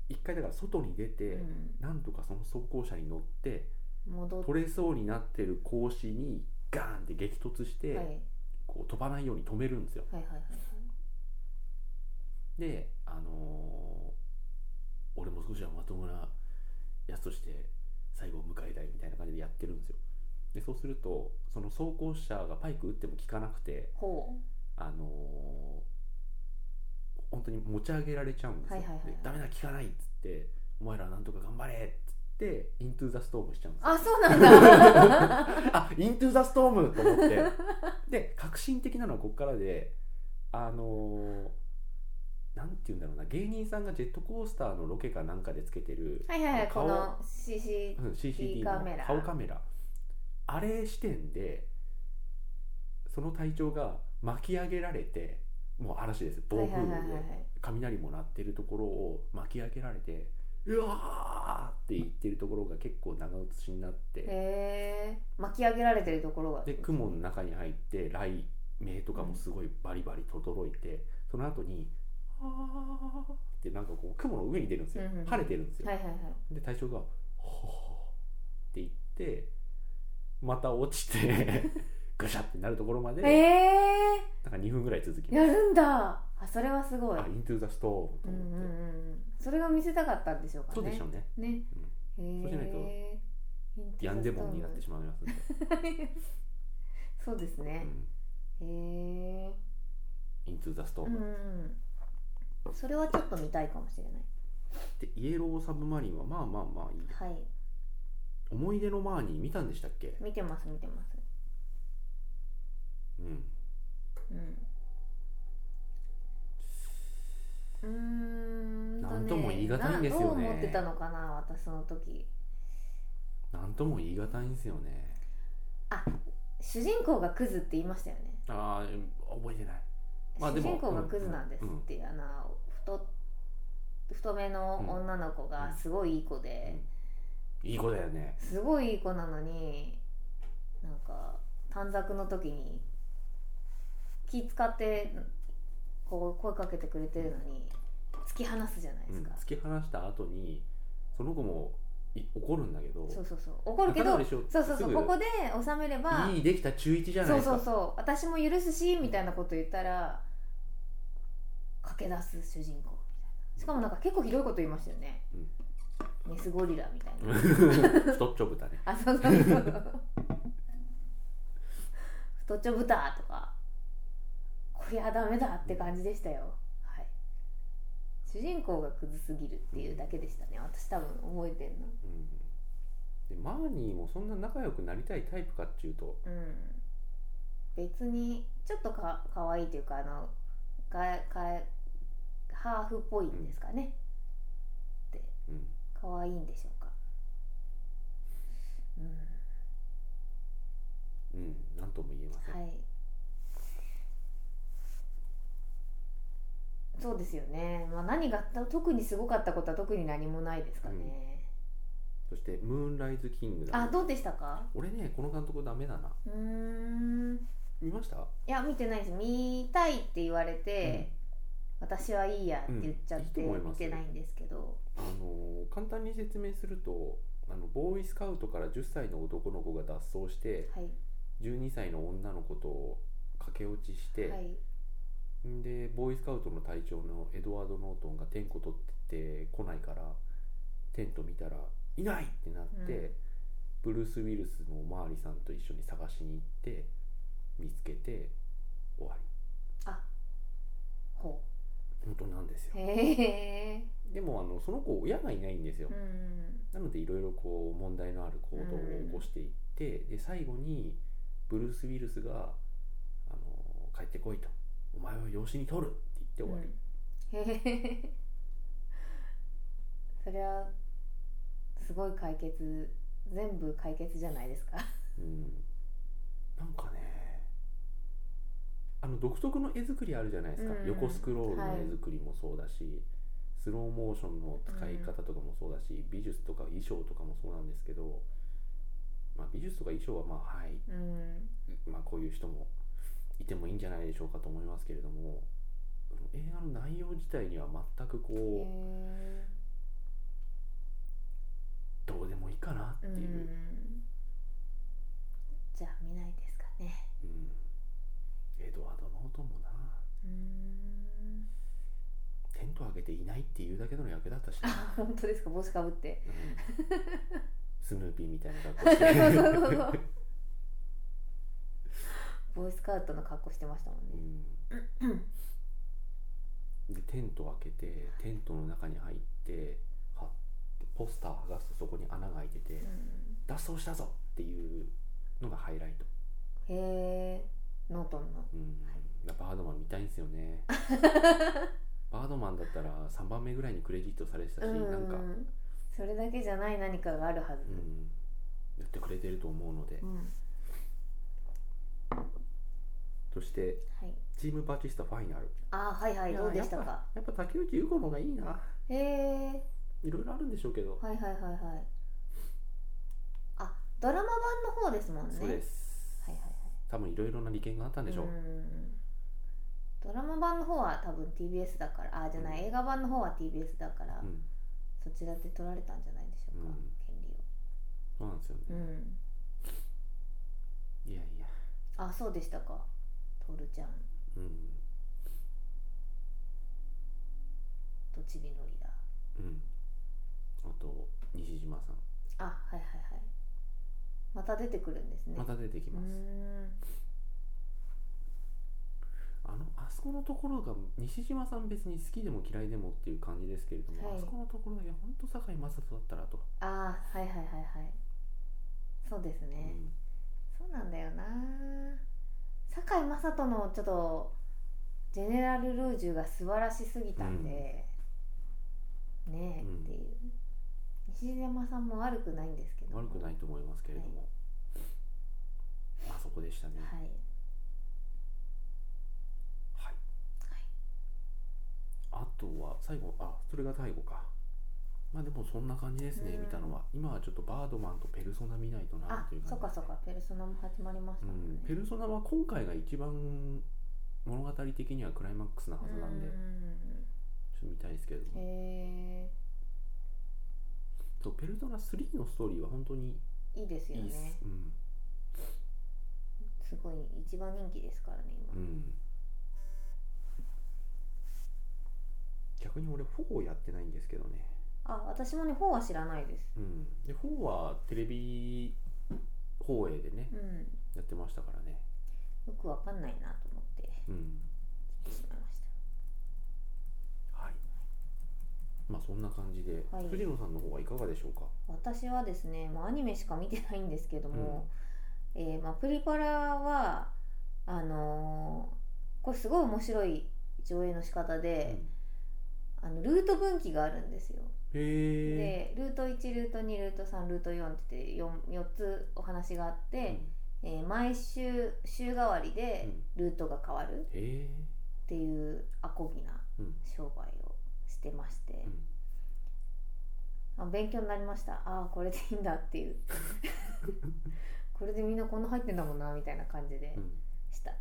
[SPEAKER 1] 一回だから外に出て、
[SPEAKER 2] うん
[SPEAKER 1] なんとかその走行車に乗って
[SPEAKER 2] 戻っ
[SPEAKER 1] 取れそうになってる格子にガーンって激突して、
[SPEAKER 2] て。はいはい
[SPEAKER 1] こう飛ばないように止めるんですよ。
[SPEAKER 2] はいはいはい。
[SPEAKER 1] で、あのー俺も少しはまともなやつとして最後を迎えたいみたいな感じでやってるんですよ。でそうするとその走行車がパイク打っても効かなくて、
[SPEAKER 2] ほ
[SPEAKER 1] あのー本当に持ち上げられちゃうんですよ。
[SPEAKER 2] はいはいはいはい
[SPEAKER 1] でダメだ聞かないっつってお前らなんとか頑張れっつっってイントゥーザストームしちゃうんですよ
[SPEAKER 2] あそうなんだ
[SPEAKER 1] あイントゥーザストームと思ってで革新的なのはここからであのーなんて言うんだろうな芸人さんがジェットコースターのロケかなんかでつけてる、
[SPEAKER 2] はいはいはいこ
[SPEAKER 1] 顔
[SPEAKER 2] の CC
[SPEAKER 1] うん、CCD
[SPEAKER 2] カ
[SPEAKER 1] の
[SPEAKER 2] メラ
[SPEAKER 1] 顔カメラあれ視点でその体調が巻き上げられてもう嵐です暴風雨で雷も鳴ってるところを巻き上げられてうわーって言ってるところが結構長写しになって。
[SPEAKER 2] へえ巻き上げられてるところが
[SPEAKER 1] で雲の中に入って雷鳴とかもすごいバリバリとどろいて、その後に「あー」ってなんかこう雲の上に出るんですよ、
[SPEAKER 2] うんうんうん
[SPEAKER 1] 晴れてるんですよ、
[SPEAKER 2] はいはいはい
[SPEAKER 1] で隊長が「ほー」って言ってまた落ちて ぐしゃってなるところまで、
[SPEAKER 2] ええ
[SPEAKER 1] なんか2分ぐらい続き
[SPEAKER 2] ー、
[SPEAKER 1] ます
[SPEAKER 2] やるんだあそれはすごい
[SPEAKER 1] あイントゥーザストームと
[SPEAKER 2] うんうんう
[SPEAKER 1] 思って、
[SPEAKER 2] んうんそれが見せたかったんでしょうかね
[SPEAKER 1] そうでしょうね
[SPEAKER 2] ね、へえ
[SPEAKER 1] そうしないとやんでもんになってしまいますんで、
[SPEAKER 2] そうですね、へえ
[SPEAKER 1] イントゥーザストー
[SPEAKER 2] う
[SPEAKER 1] ム、
[SPEAKER 2] んうんそれはちょっと見たいかもしれない
[SPEAKER 1] でイエローサブマリンはまあまあまあいい
[SPEAKER 2] はい
[SPEAKER 1] 思い出のマーニー見たんでしたっけ
[SPEAKER 2] 見てます見てます
[SPEAKER 1] うん
[SPEAKER 2] うんうーん
[SPEAKER 1] なんとも言い難いんですよね
[SPEAKER 2] などう思ってたのかな私その時
[SPEAKER 1] なんとも言い難いんですよね
[SPEAKER 2] 主人公がクズって言いましたよね
[SPEAKER 1] ああ覚えてないまあで
[SPEAKER 2] 主
[SPEAKER 1] も
[SPEAKER 2] 人公がクズなんですって、あの太太めの女の子がすごいいい子で、
[SPEAKER 1] いい子だよね
[SPEAKER 2] すごいいい子なのになんか短冊の時に気使ってこう声かけてくれてるのに突き放すじゃないで
[SPEAKER 1] う
[SPEAKER 2] す
[SPEAKER 1] ん
[SPEAKER 2] か、
[SPEAKER 1] 突き放した後にその子もい怒るんだけど
[SPEAKER 2] そうそうそう怒るけ
[SPEAKER 1] 仲
[SPEAKER 2] ど
[SPEAKER 1] 直りしよう
[SPEAKER 2] そうそう
[SPEAKER 1] す
[SPEAKER 2] そう
[SPEAKER 1] ぐ
[SPEAKER 2] ここで収めれば
[SPEAKER 1] いいできた中1じゃない
[SPEAKER 2] そ
[SPEAKER 1] で
[SPEAKER 2] う
[SPEAKER 1] すか
[SPEAKER 2] そうそう私も許すしみたいなこと言ったら駆け出す主人公みたいなしかもなんか結構ひどいこと言いましたよね、メスゴリラみたいな
[SPEAKER 1] 太っちょ豚ね
[SPEAKER 2] あそうそうそう太っちょ豚とかこりゃダメだって感じでしたよはい主人公がクズすぎるっていうだけでしたね私多分覚えてんの
[SPEAKER 1] うんでマーニーもそんな仲良くなりたいタイプかっていうと
[SPEAKER 2] うん別にちょっとかかわいいというかあのがかハーフっぽいんですかね、
[SPEAKER 1] うん
[SPEAKER 2] かわいいんでしょうかうん
[SPEAKER 1] うんなんとも言えません、
[SPEAKER 2] はいそうですよね、まあ、何がた特にすごかったことは特に何もないですかね、
[SPEAKER 1] そして「ムーンライズ・キングダ
[SPEAKER 2] あ
[SPEAKER 1] ム」
[SPEAKER 2] どうでしたか
[SPEAKER 1] 俺ねこの監督ダメだな
[SPEAKER 2] うーん
[SPEAKER 1] 見ました
[SPEAKER 2] いや見てないです見たいって言われて、私はいいやって言っちゃっ
[SPEAKER 1] う
[SPEAKER 2] て
[SPEAKER 1] んいいと思い
[SPEAKER 2] 見
[SPEAKER 1] ます
[SPEAKER 2] てないんですけど、
[SPEAKER 1] あの簡単に説明するとあのボーイスカウトから10歳の男の子が脱走して
[SPEAKER 2] はい
[SPEAKER 1] 12歳の女の子と駆け落ちして、
[SPEAKER 2] はい
[SPEAKER 1] んでボーイスカウトの隊長のエドワード・ノートンがテンコ取って来ないからテント見たらいないってなって、ブルース・ウィルスのマーリさんと一緒に探しに行って見つけて終わ
[SPEAKER 2] ほ
[SPEAKER 1] り本当なんですよ
[SPEAKER 2] うへえ
[SPEAKER 1] でもあのその子親がいないんですよ、
[SPEAKER 2] うん
[SPEAKER 1] なのでいろいろこう問題のある行動を起こしていって、で最後にブルース・ウィルスが「あの帰ってこい」と「お前を養子に取る」って言って終わり、
[SPEAKER 2] うんへえそれはすごい解決全部解決じゃないですか
[SPEAKER 1] うんなんかねあの独特の絵作りあるじゃないですか、
[SPEAKER 2] うん
[SPEAKER 1] 横スクロールの絵作りもそうだし、スローモーションの使い方とかもそうだし、美術とか衣装とかもそうなんですけど、まあ、美術とか衣装はまあはい
[SPEAKER 2] うん
[SPEAKER 1] まあ、こういう人もいてもいいんじゃないでしょうかと思いますけれども映画の内容自体には全く
[SPEAKER 2] へ
[SPEAKER 1] こ
[SPEAKER 2] え
[SPEAKER 1] うどうでもいいかなって
[SPEAKER 2] う
[SPEAKER 1] いう、うん
[SPEAKER 2] んじゃあ見ないですかね
[SPEAKER 1] エドワード・ノートンもな
[SPEAKER 2] うん
[SPEAKER 1] テント開けていないっていうだけの役だったしな、
[SPEAKER 2] あ 本当ですか帽子かぶ って
[SPEAKER 1] うんスヌーピーみたいな格好し
[SPEAKER 2] そうそうそう
[SPEAKER 1] て
[SPEAKER 2] そ、うボーイスカウトの格好してましたもん
[SPEAKER 1] う
[SPEAKER 2] ね
[SPEAKER 1] ん、でテント開けてテントの中に入ってはっってポスターを剥がすとそこに穴が開いてて、
[SPEAKER 2] うん
[SPEAKER 1] 脱走したぞっていうのがハイライト、
[SPEAKER 2] へえノートンの
[SPEAKER 1] うんだからバードマン見たいんですよ ねバードマンだったら3番目ぐらいにクレジットされてたし、なんか、
[SPEAKER 2] うんそれだけじゃない何かがあるはず、
[SPEAKER 1] うん、やってくれてると思うので、
[SPEAKER 2] うん
[SPEAKER 1] そして
[SPEAKER 2] はい、
[SPEAKER 1] チームバチスタファイナル
[SPEAKER 2] あーはいはい
[SPEAKER 1] いや
[SPEAKER 2] どうでした
[SPEAKER 1] っ
[SPEAKER 2] か
[SPEAKER 1] やっぱ竹内優子の方がいいな
[SPEAKER 2] へえ
[SPEAKER 1] いろいろあるんでしょうけど、
[SPEAKER 2] はいはいはいはいあドラマ版の方ですもんね
[SPEAKER 1] そうです、
[SPEAKER 2] はいはいはい
[SPEAKER 1] 多分いろいろな利権があったんでしょう、
[SPEAKER 2] んドラマ版の方は多分 TBS だからあじゃない、
[SPEAKER 1] うん
[SPEAKER 2] 映画版の方は TBS だから、
[SPEAKER 1] うん
[SPEAKER 2] そちらで取られたんじゃないでしょうか、
[SPEAKER 1] うん
[SPEAKER 2] 権利
[SPEAKER 1] そうなんですよね、
[SPEAKER 2] をうん
[SPEAKER 1] いやいや
[SPEAKER 2] あそうでしたかトールちゃん
[SPEAKER 1] うん
[SPEAKER 2] とちびのりだ
[SPEAKER 1] うんあと西島さん
[SPEAKER 2] あはいはいはいまた出てくるんですね
[SPEAKER 1] また出てき
[SPEAKER 2] うー
[SPEAKER 1] ます、
[SPEAKER 2] ん
[SPEAKER 1] あのあそこのところが西島さん別に好きでも嫌いでもっていう感じですけれども、
[SPEAKER 2] はい
[SPEAKER 1] あそこのところだけ本当堺雅人だったらとか、
[SPEAKER 2] あーはいはいはいはいそうです
[SPEAKER 1] う
[SPEAKER 2] ね、
[SPEAKER 1] ん
[SPEAKER 2] そうなんだよな堺雅人のちょっとジェネラル・ルージュが素晴らしすぎたんで、ねえ、
[SPEAKER 1] うん
[SPEAKER 2] っていう西島さんも悪くないんですけど
[SPEAKER 1] 悪くないと思いますけれども、まあそこでしたね
[SPEAKER 2] は
[SPEAKER 1] はい、
[SPEAKER 2] いはい
[SPEAKER 1] あとは最後あそれが最後かまあでもそんな感じですね、
[SPEAKER 2] うん
[SPEAKER 1] 見たのは今はちょっとバードマンとペルソナ見ないとな
[SPEAKER 2] あ
[SPEAKER 1] っていう
[SPEAKER 2] そ
[SPEAKER 1] 感
[SPEAKER 2] っ
[SPEAKER 1] じ
[SPEAKER 2] かそっかペルソナも始まりました
[SPEAKER 1] う
[SPEAKER 2] もん
[SPEAKER 1] ん
[SPEAKER 2] ね、、
[SPEAKER 1] ペルソナは今回が一番物語的にはクライマックスなはずなんで、
[SPEAKER 2] う
[SPEAKER 1] ちょっと見たいですけれど
[SPEAKER 2] へ
[SPEAKER 1] も、
[SPEAKER 2] え
[SPEAKER 1] そうペルソナ3のストーリーは本当に
[SPEAKER 2] いいです
[SPEAKER 1] い
[SPEAKER 2] よ
[SPEAKER 1] い
[SPEAKER 2] ね
[SPEAKER 1] です、うん
[SPEAKER 2] すごい一番人気ですからね今、
[SPEAKER 1] うん逆に俺4をやってないんですけどね、
[SPEAKER 2] あ私もね本は知らないです
[SPEAKER 1] うん、で4はテレビ放映でね、
[SPEAKER 2] うん
[SPEAKER 1] やってましたからね
[SPEAKER 2] よくわかんないなと思って
[SPEAKER 1] うん
[SPEAKER 2] 来てしまいまし
[SPEAKER 1] はいまあそんな感じで、
[SPEAKER 2] はい
[SPEAKER 1] 藤野さんの方はいかがでしょうか
[SPEAKER 2] た私はですね、まあ、アニメしか見てないんですけども、えーまあ、プリパラはあのーこれすごい面白い上映の仕方
[SPEAKER 1] うん
[SPEAKER 2] で、あのルート分岐があるんですよ
[SPEAKER 1] へえ
[SPEAKER 2] でルート1ルート2ルート3ルート4って言って 4, 4つお話があって、えー毎週週替わり
[SPEAKER 1] う
[SPEAKER 2] で
[SPEAKER 1] ん
[SPEAKER 2] ルートが変わる
[SPEAKER 1] へえ
[SPEAKER 2] っていうアコギな
[SPEAKER 1] うん
[SPEAKER 2] 商売をしてまして
[SPEAKER 1] う、ん
[SPEAKER 2] あ勉強になりましたああこれでいいんだって いうこれでみんなこんな入ってんだもんなみたいな感じで
[SPEAKER 1] うん
[SPEAKER 2] した、は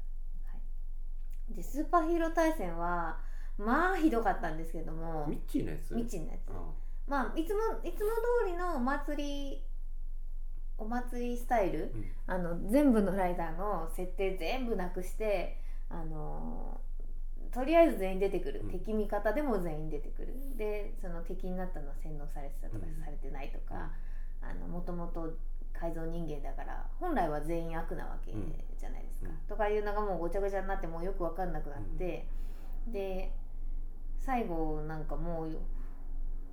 [SPEAKER 2] い、でスーパーヒーロー対戦はまあひどかったんですけども
[SPEAKER 1] ミッチーのやつ
[SPEAKER 2] 未知のやつ
[SPEAKER 1] あ
[SPEAKER 2] まあいつもいつも通りのお祭りお祭りスタイル
[SPEAKER 1] うん
[SPEAKER 2] あの全部のライダーの設定全部なくしてあのーとりあえず全員出てくる、
[SPEAKER 1] うん
[SPEAKER 2] 敵味方でも全員出てくるでその敵になったのは洗脳されてたとか、
[SPEAKER 1] うん
[SPEAKER 2] されてないとかあのもともと改造人間だから本来は全員悪なわけじゃないですか、
[SPEAKER 1] うん
[SPEAKER 2] とかいうのがもうごちゃごちゃになってもうよく分かんなくなって、で最後なんかもう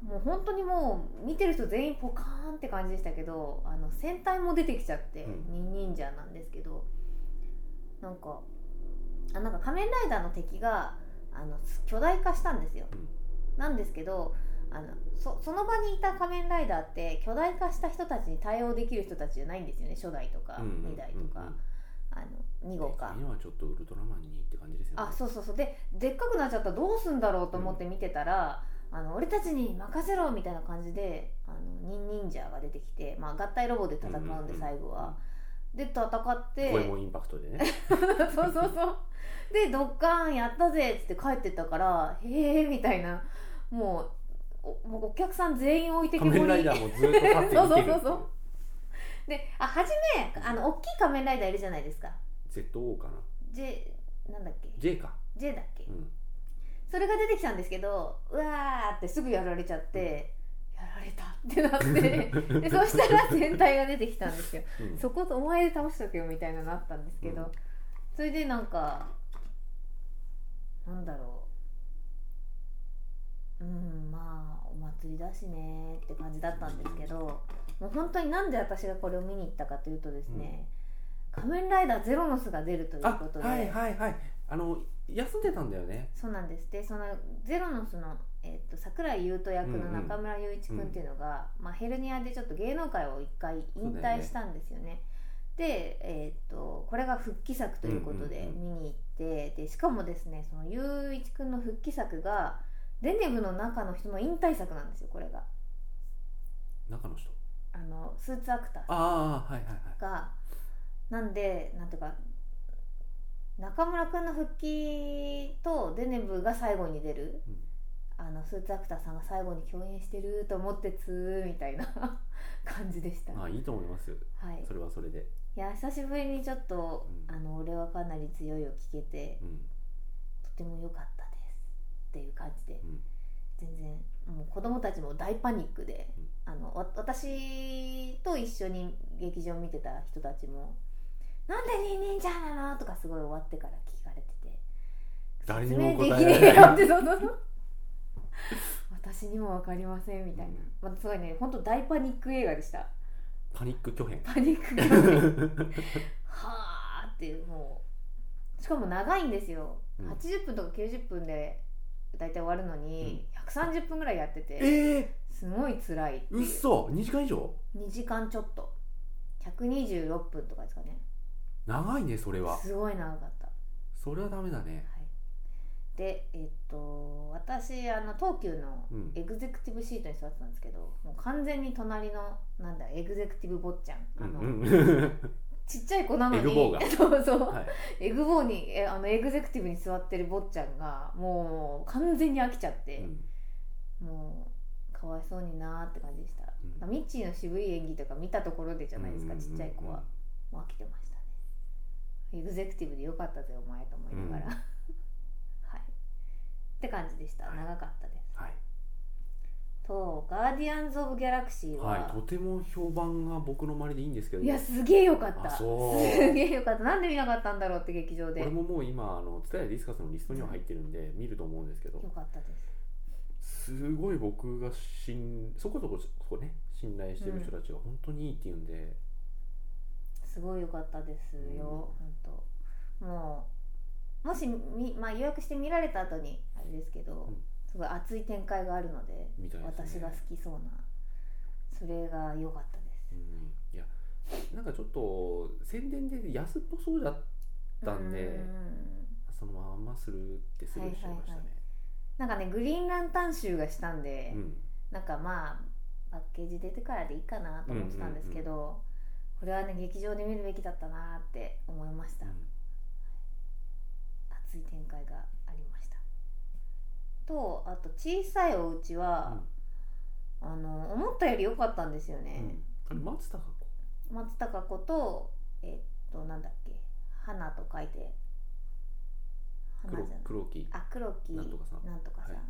[SPEAKER 2] もう本当にもう見てる人全員ポカーンって感じでしたけどあの戦隊も出てきちゃって、
[SPEAKER 1] うん
[SPEAKER 2] 忍忍者なんですけどなんかあなんか仮面ライダーの敵があの巨大化したんですよ、
[SPEAKER 1] うん
[SPEAKER 2] なんですけどあのそその場にいた仮面ライダーって巨大化した人たちに対応できる人たちじゃないんですよね初代とか
[SPEAKER 1] うんうん
[SPEAKER 2] 2代とか、
[SPEAKER 1] うんうん
[SPEAKER 2] あの2号か、
[SPEAKER 1] 今はちょっとウルトラマンにって感じですよね
[SPEAKER 2] あそうそうそうででっかくなっちゃったらどうすんだろうと思って見てたら、あの俺たちに任せろみたいな感じであの忍忍者が出てきて、まあ、合体ロボで戦
[SPEAKER 1] う
[SPEAKER 2] うん
[SPEAKER 1] ん
[SPEAKER 2] で
[SPEAKER 1] うん
[SPEAKER 2] 最後は、で戦って
[SPEAKER 1] 声もインパクトでね
[SPEAKER 2] そうそうそうでドッカーンやったぜっつって帰ってったからへえみたいなもうおもうお客さん全員置いてけ
[SPEAKER 1] 仮
[SPEAKER 2] ぼり
[SPEAKER 1] 面ライダーもずっと立って見てるってい
[SPEAKER 2] そうそうそうそうであ初めあの大きい仮面ライダーいるじゃないですか
[SPEAKER 1] ZO かな
[SPEAKER 2] J なんだっけ
[SPEAKER 1] J か
[SPEAKER 2] J だっけ、
[SPEAKER 1] うん
[SPEAKER 2] それが出てきたんですけどうわーってすぐやられちゃって、やられたってなってでそしたら全体が出てきたんですよ
[SPEAKER 1] うん
[SPEAKER 2] そことお前で倒しとけよみたいなのあったんですけど、
[SPEAKER 1] うん
[SPEAKER 2] それでなんかなんだろううんまあお祭りだしねって感じだったんですけどもう本当になんで私がこれを見に行ったかというとですね「仮面ライダーゼロノス」が出るという
[SPEAKER 1] あ
[SPEAKER 2] ことで、
[SPEAKER 1] はいはいはいあの休んでたんだよね
[SPEAKER 2] そうなんですでそのゼロノスの、えっと桜井優斗役の中村雄一君っていうのが、まあ、ヘルニアでちょっと芸能界を一回引退したんですよね。で、えっとこれが復帰作ということで
[SPEAKER 1] うん
[SPEAKER 2] 見に行って、でしかもですねその雄一君の復帰作がデネブの中の人の引退作なんですよこれが
[SPEAKER 1] 中の人
[SPEAKER 2] あのスーツアクター
[SPEAKER 1] ああはいはいはい
[SPEAKER 2] がなんでなんていうか中村君の復帰とデネブが最後に出る、
[SPEAKER 1] うん
[SPEAKER 2] あのスーツアクターさんが最後に共演してると思ってつーみたいな 感じでした、
[SPEAKER 1] ま
[SPEAKER 2] は
[SPEAKER 1] あいいと思いますよ
[SPEAKER 2] い、
[SPEAKER 1] それはそれで
[SPEAKER 2] いや久しぶりにちょっと「
[SPEAKER 1] うん
[SPEAKER 2] あの俺はかなり強い」を聞けて
[SPEAKER 1] うん
[SPEAKER 2] とても良かったですっていう感じで、
[SPEAKER 1] うん
[SPEAKER 2] 全然もう子供たちも大パニックで、あのわ私と一緒に劇場見てた人たちも「なんでニンニンちゃんなの?」とかすごい終わってから聞かれてて
[SPEAKER 1] 誰にも
[SPEAKER 2] 説明
[SPEAKER 1] 答
[SPEAKER 2] でき
[SPEAKER 1] え
[SPEAKER 2] ねえ
[SPEAKER 1] ら
[SPEAKER 2] よっ
[SPEAKER 1] れない
[SPEAKER 2] てそうそうそう私にも分かりませんみたい
[SPEAKER 1] う
[SPEAKER 2] な、
[SPEAKER 1] ん
[SPEAKER 2] まあ、すごいね本当大パニック映画でした
[SPEAKER 1] パニック巨編
[SPEAKER 2] パニックがはあっていうもうしかも長いんですよ、
[SPEAKER 1] うん
[SPEAKER 2] 80分とか90分で大体終わるのに、130分ぐらいやってて
[SPEAKER 1] ええ
[SPEAKER 2] すごい辛い
[SPEAKER 1] ー、うっそ2時間以上
[SPEAKER 2] 2時間ちょっと126分とかですかね
[SPEAKER 1] 長いねそれは
[SPEAKER 2] すごい長かった、は
[SPEAKER 1] それはダメだね
[SPEAKER 2] い、でえっと私あの東急の
[SPEAKER 1] うん
[SPEAKER 2] エグゼクティブシートに座ってたんですけど、もう完全に隣のなんだエグゼクティブ坊ちゃんあの、
[SPEAKER 1] うんうん、
[SPEAKER 2] ちっちゃい子なのに
[SPEAKER 1] エグボーが
[SPEAKER 2] そうそう、
[SPEAKER 1] はい
[SPEAKER 2] エグボーにえあのエグゼクティブに座ってる坊ちゃんがもう完全に飽きちゃっ
[SPEAKER 1] う
[SPEAKER 2] て、
[SPEAKER 1] ん
[SPEAKER 2] もうかわいそうになーって感じでした、
[SPEAKER 1] うん
[SPEAKER 2] ミッチーの渋い演技とか見たところでじゃないですか、
[SPEAKER 1] うん
[SPEAKER 2] ちっちゃい子はもう飽きてましたねエグゼクティブでよかったぜお前と思いながら、
[SPEAKER 1] うん
[SPEAKER 2] はいって感じでした
[SPEAKER 1] はい
[SPEAKER 2] 長かったです、
[SPEAKER 1] はい
[SPEAKER 2] と「ガーディアンズ・オブ・ギャラクシーは」
[SPEAKER 1] はい、とても評判が僕の周りでいいんですけど
[SPEAKER 2] いやすげえよかった
[SPEAKER 1] あ
[SPEAKER 2] す
[SPEAKER 1] そう
[SPEAKER 2] げえよかったなんで見なかったんだろうって劇場で
[SPEAKER 1] 俺
[SPEAKER 2] よ
[SPEAKER 1] ももう今あの伝えディスカスのリストには入ってるんで見ると思うんですけど
[SPEAKER 2] かったです
[SPEAKER 1] すごい僕が信そこそこそこね信頼してる人たちが本当にいいって言うんで、
[SPEAKER 2] すごい良かったですよ、本当もうもしみ、まあ、予約して見られた後にあれですけど、
[SPEAKER 1] うん
[SPEAKER 2] すごい熱い展開があるので
[SPEAKER 1] みたいです
[SPEAKER 2] 私
[SPEAKER 1] ね
[SPEAKER 2] が好きそうなそれが良かったです
[SPEAKER 1] うん、いやなんかちょっと宣伝で安っぽそうだったんで、
[SPEAKER 2] うん
[SPEAKER 1] そのまんまするってすぐしちゃいましたね、
[SPEAKER 2] なんかねグリーンランタン集がしたんで、
[SPEAKER 1] うん
[SPEAKER 2] なんかまあパッケージ出てからでいいかなと思ってたんですけど、これはね劇場で見るべきだったなって思いました、熱い展開がありましたとあと小さいお家は、あの思ったより良かったんですよ
[SPEAKER 1] うん
[SPEAKER 2] ね、
[SPEAKER 1] あれ松たか子
[SPEAKER 2] 松たか子とえっとなんだっけ花と書いて花
[SPEAKER 1] 黒
[SPEAKER 2] じゃない
[SPEAKER 1] 黒木
[SPEAKER 2] あ黒木
[SPEAKER 1] なんとかさん
[SPEAKER 2] なんとかさん
[SPEAKER 1] はい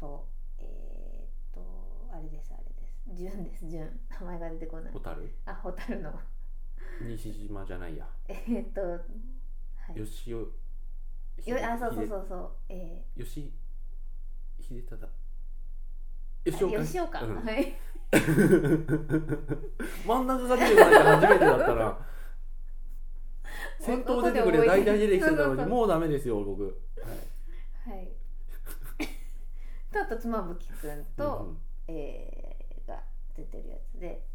[SPEAKER 2] とえっとあれですあれです純です純名前が出てこない
[SPEAKER 1] 小樽
[SPEAKER 2] あ蛍の
[SPEAKER 1] 西島じゃないや
[SPEAKER 2] えっとはい
[SPEAKER 1] 吉尾
[SPEAKER 2] よあそうそうそうそうえ
[SPEAKER 1] 吉秀忠
[SPEAKER 2] ー
[SPEAKER 1] 吉
[SPEAKER 2] あ
[SPEAKER 1] 岡
[SPEAKER 2] 吉岡、
[SPEAKER 1] うん
[SPEAKER 2] はい
[SPEAKER 1] 真ん中が出てこないから初めてだったら先頭出てくれ大体出てきてたのにもうダメですよ僕、はい、
[SPEAKER 2] はい。とあと妻夫木くんと、えーが出てるやつで、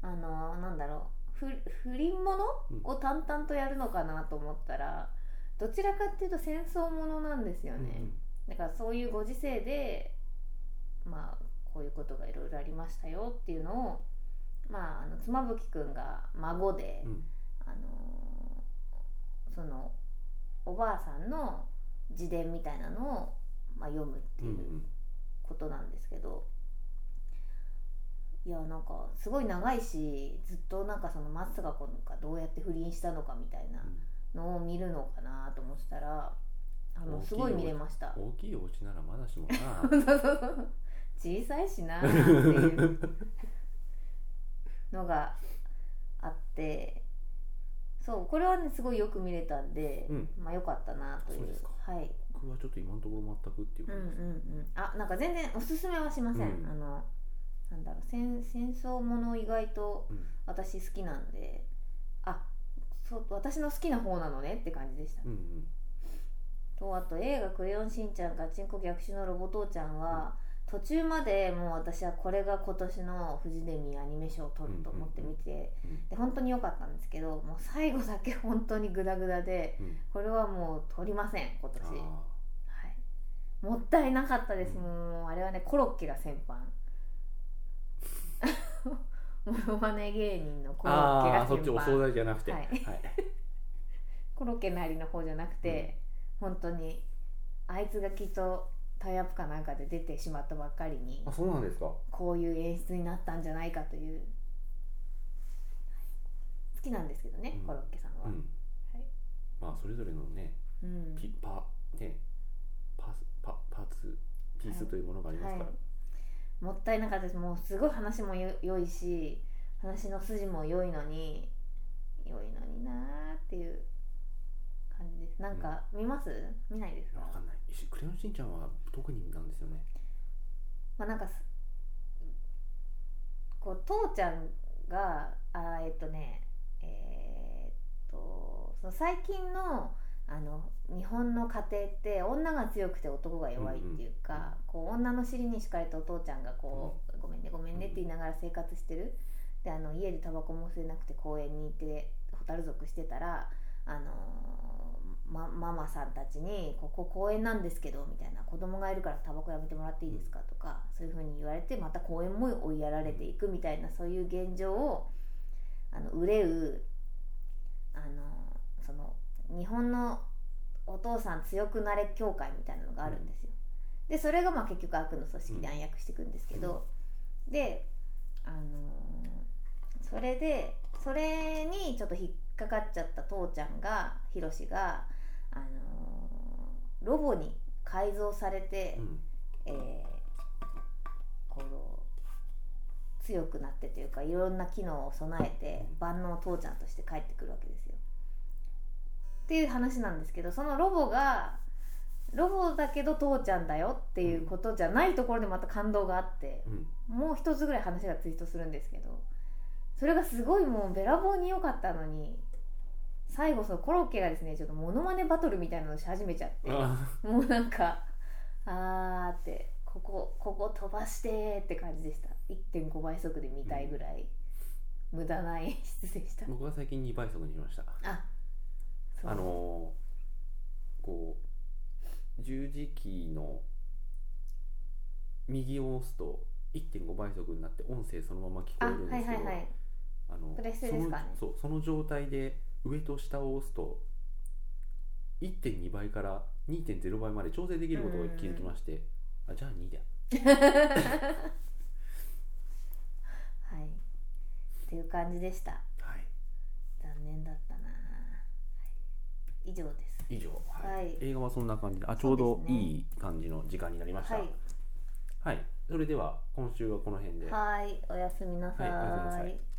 [SPEAKER 2] あのーなんだろう、ふ不倫もの
[SPEAKER 1] うん
[SPEAKER 2] を淡々とやるのかなと思ったら、どちらかっていうと戦争ものなんですよ
[SPEAKER 1] うんうん
[SPEAKER 2] ね。だからそういうご時世で、まあこういうことがいろいろありましたよっていうのを、まああの妻夫木くんが孫で。
[SPEAKER 1] うんうん
[SPEAKER 2] あのーそのおばあさんの自伝みたいなのを、まあ、読むって
[SPEAKER 1] うんう
[SPEAKER 2] いうんことなんですけど、いやなんかすごい長いしずっとなんかその松坂子がどうやって不倫したのかみたいなのを見るのかなと思ってたら
[SPEAKER 1] 大
[SPEAKER 2] あの
[SPEAKER 1] きい
[SPEAKER 2] すごい見れました
[SPEAKER 1] 大きいお家ならまだしもな
[SPEAKER 2] 小さいしなーっていうのがあってそうこれはねすごいよく見れたんで、
[SPEAKER 1] うん
[SPEAKER 2] まあ良かったなとい
[SPEAKER 1] そううですか
[SPEAKER 2] はい、
[SPEAKER 1] 僕僕はちょっと今のところ全くっていう
[SPEAKER 2] うんう
[SPEAKER 1] 感
[SPEAKER 2] ん
[SPEAKER 1] じです、
[SPEAKER 2] うんあなんか全然おすすめはしません、
[SPEAKER 1] うん
[SPEAKER 2] あのなんだろう戦戦争もの意外と
[SPEAKER 1] うん
[SPEAKER 2] 私好きなんであそう私の好きな方なのねって感じでした、
[SPEAKER 1] うんうん
[SPEAKER 2] とあと映画「クレヨンしんちゃんガチンコ逆襲のロボ父ちゃんは」途中までもう私はこれが今年のフジデミーアニメ賞を取ると思って見て、
[SPEAKER 1] うんうんうん
[SPEAKER 2] で本当に良かったんですけどもう最後だけ本当にグダグダで
[SPEAKER 1] うん
[SPEAKER 2] これはもう取りません今
[SPEAKER 1] あ
[SPEAKER 2] 年。
[SPEAKER 1] あ
[SPEAKER 2] はい、もったいなかったです、
[SPEAKER 1] うん
[SPEAKER 2] もうあれはねコロッケが先般 モノマネ芸人のコロッケ
[SPEAKER 1] あ
[SPEAKER 2] が
[SPEAKER 1] あそっ
[SPEAKER 2] 先
[SPEAKER 1] ちお
[SPEAKER 2] 般
[SPEAKER 1] 惣菜じゃなくて
[SPEAKER 2] はいコロッケなりの方じゃなくて、本当にあいつがきっとタイアップかなんかで出てしまったばっかりに
[SPEAKER 1] あそうなんですか
[SPEAKER 2] こういう演出になったんじゃないかというはい好きなんですけどね、
[SPEAKER 1] うん
[SPEAKER 2] コロッケさんは、
[SPEAKER 1] う
[SPEAKER 2] うん
[SPEAKER 1] ん、
[SPEAKER 2] はい
[SPEAKER 1] まあそれぞれのねピパねパスパパーツピースというものがありますから、
[SPEAKER 2] もったいなかったですもうすごい話もよ良いし話の筋も良いのに良いのになーっていう感じですなんか見ます、見ないですか
[SPEAKER 1] わかんないしクレヨンしんちゃんは特になんですよね
[SPEAKER 2] まあなんかすこう父ちゃんがあーえっとねえーっとその最近のあの日本の家庭って女が強くて男が弱いっていう
[SPEAKER 1] うんうん
[SPEAKER 2] か、こう女の尻に敷かれてお父ちゃんがこう、ごめんねごめんねって言いながら生活してるであの家でタバコも吸えなくて公園に行ってホタル族してたらあのーま、ママさんたちに「ここ公園なんですけど」みたいな「子供がいるからタバコやめてもらっていいですか」とか、そういうふうに言われてまた公園も追いやられていくみたいな、そういう現状をあの憂うあのーその日本のお父さん強くなれ協会みたいなのがあるんですよ。でそれがまあ結局悪の組織で暗躍していくんですけど、であのーそれでそれにちょっと引っかかっちゃった父ちゃんがヒロシが、あのーロボに改造されて、
[SPEAKER 1] うん
[SPEAKER 2] えーこう強くなってというかいろんな機能を備えて
[SPEAKER 1] うん
[SPEAKER 2] 万能父ちゃんとして帰ってくるわけですよ。っていう話なんですけどそのロボがロボだけど父ちゃんだよっていうことじゃないところでまた感動があって。
[SPEAKER 1] うん
[SPEAKER 2] もう一つぐらい話がツイートするんですけどそれがすごいもうべらぼうに良かったのに最後そのコロッケがですねちょっとモノマネバトルみたいなのをし始めちゃっても
[SPEAKER 1] あ
[SPEAKER 2] うなんかあーってここここ飛ばしてーって感じでした1.5倍速で見たいぐらい、無駄な演出でした
[SPEAKER 1] ー僕は最近2倍速にしました
[SPEAKER 2] あそう
[SPEAKER 1] あのーこう十字キーの右を押すと1.5倍速になって音声そのまま聞こえ
[SPEAKER 2] あ
[SPEAKER 1] るん
[SPEAKER 2] は
[SPEAKER 1] で
[SPEAKER 2] い
[SPEAKER 1] すけ
[SPEAKER 2] は
[SPEAKER 1] ど
[SPEAKER 2] いはい
[SPEAKER 1] あの
[SPEAKER 2] プレステですかね
[SPEAKER 1] そのそうその状態で上と下を押すと1.2倍から2.0倍まで調整できることが気づきましてあじゃあ2だ
[SPEAKER 2] はいっていう感じでした
[SPEAKER 1] はい
[SPEAKER 2] 残念だったな、はい、以上です
[SPEAKER 1] 以上、はい
[SPEAKER 2] はい
[SPEAKER 1] 映画はそんな感じであちょうど
[SPEAKER 2] そうですね
[SPEAKER 1] いい感じの時間になりました
[SPEAKER 2] はい
[SPEAKER 1] はい、それでは今週はこの辺で
[SPEAKER 2] はい、おやすみなさ
[SPEAKER 1] はいおやすみなさ
[SPEAKER 2] ー
[SPEAKER 1] い
[SPEAKER 2] い。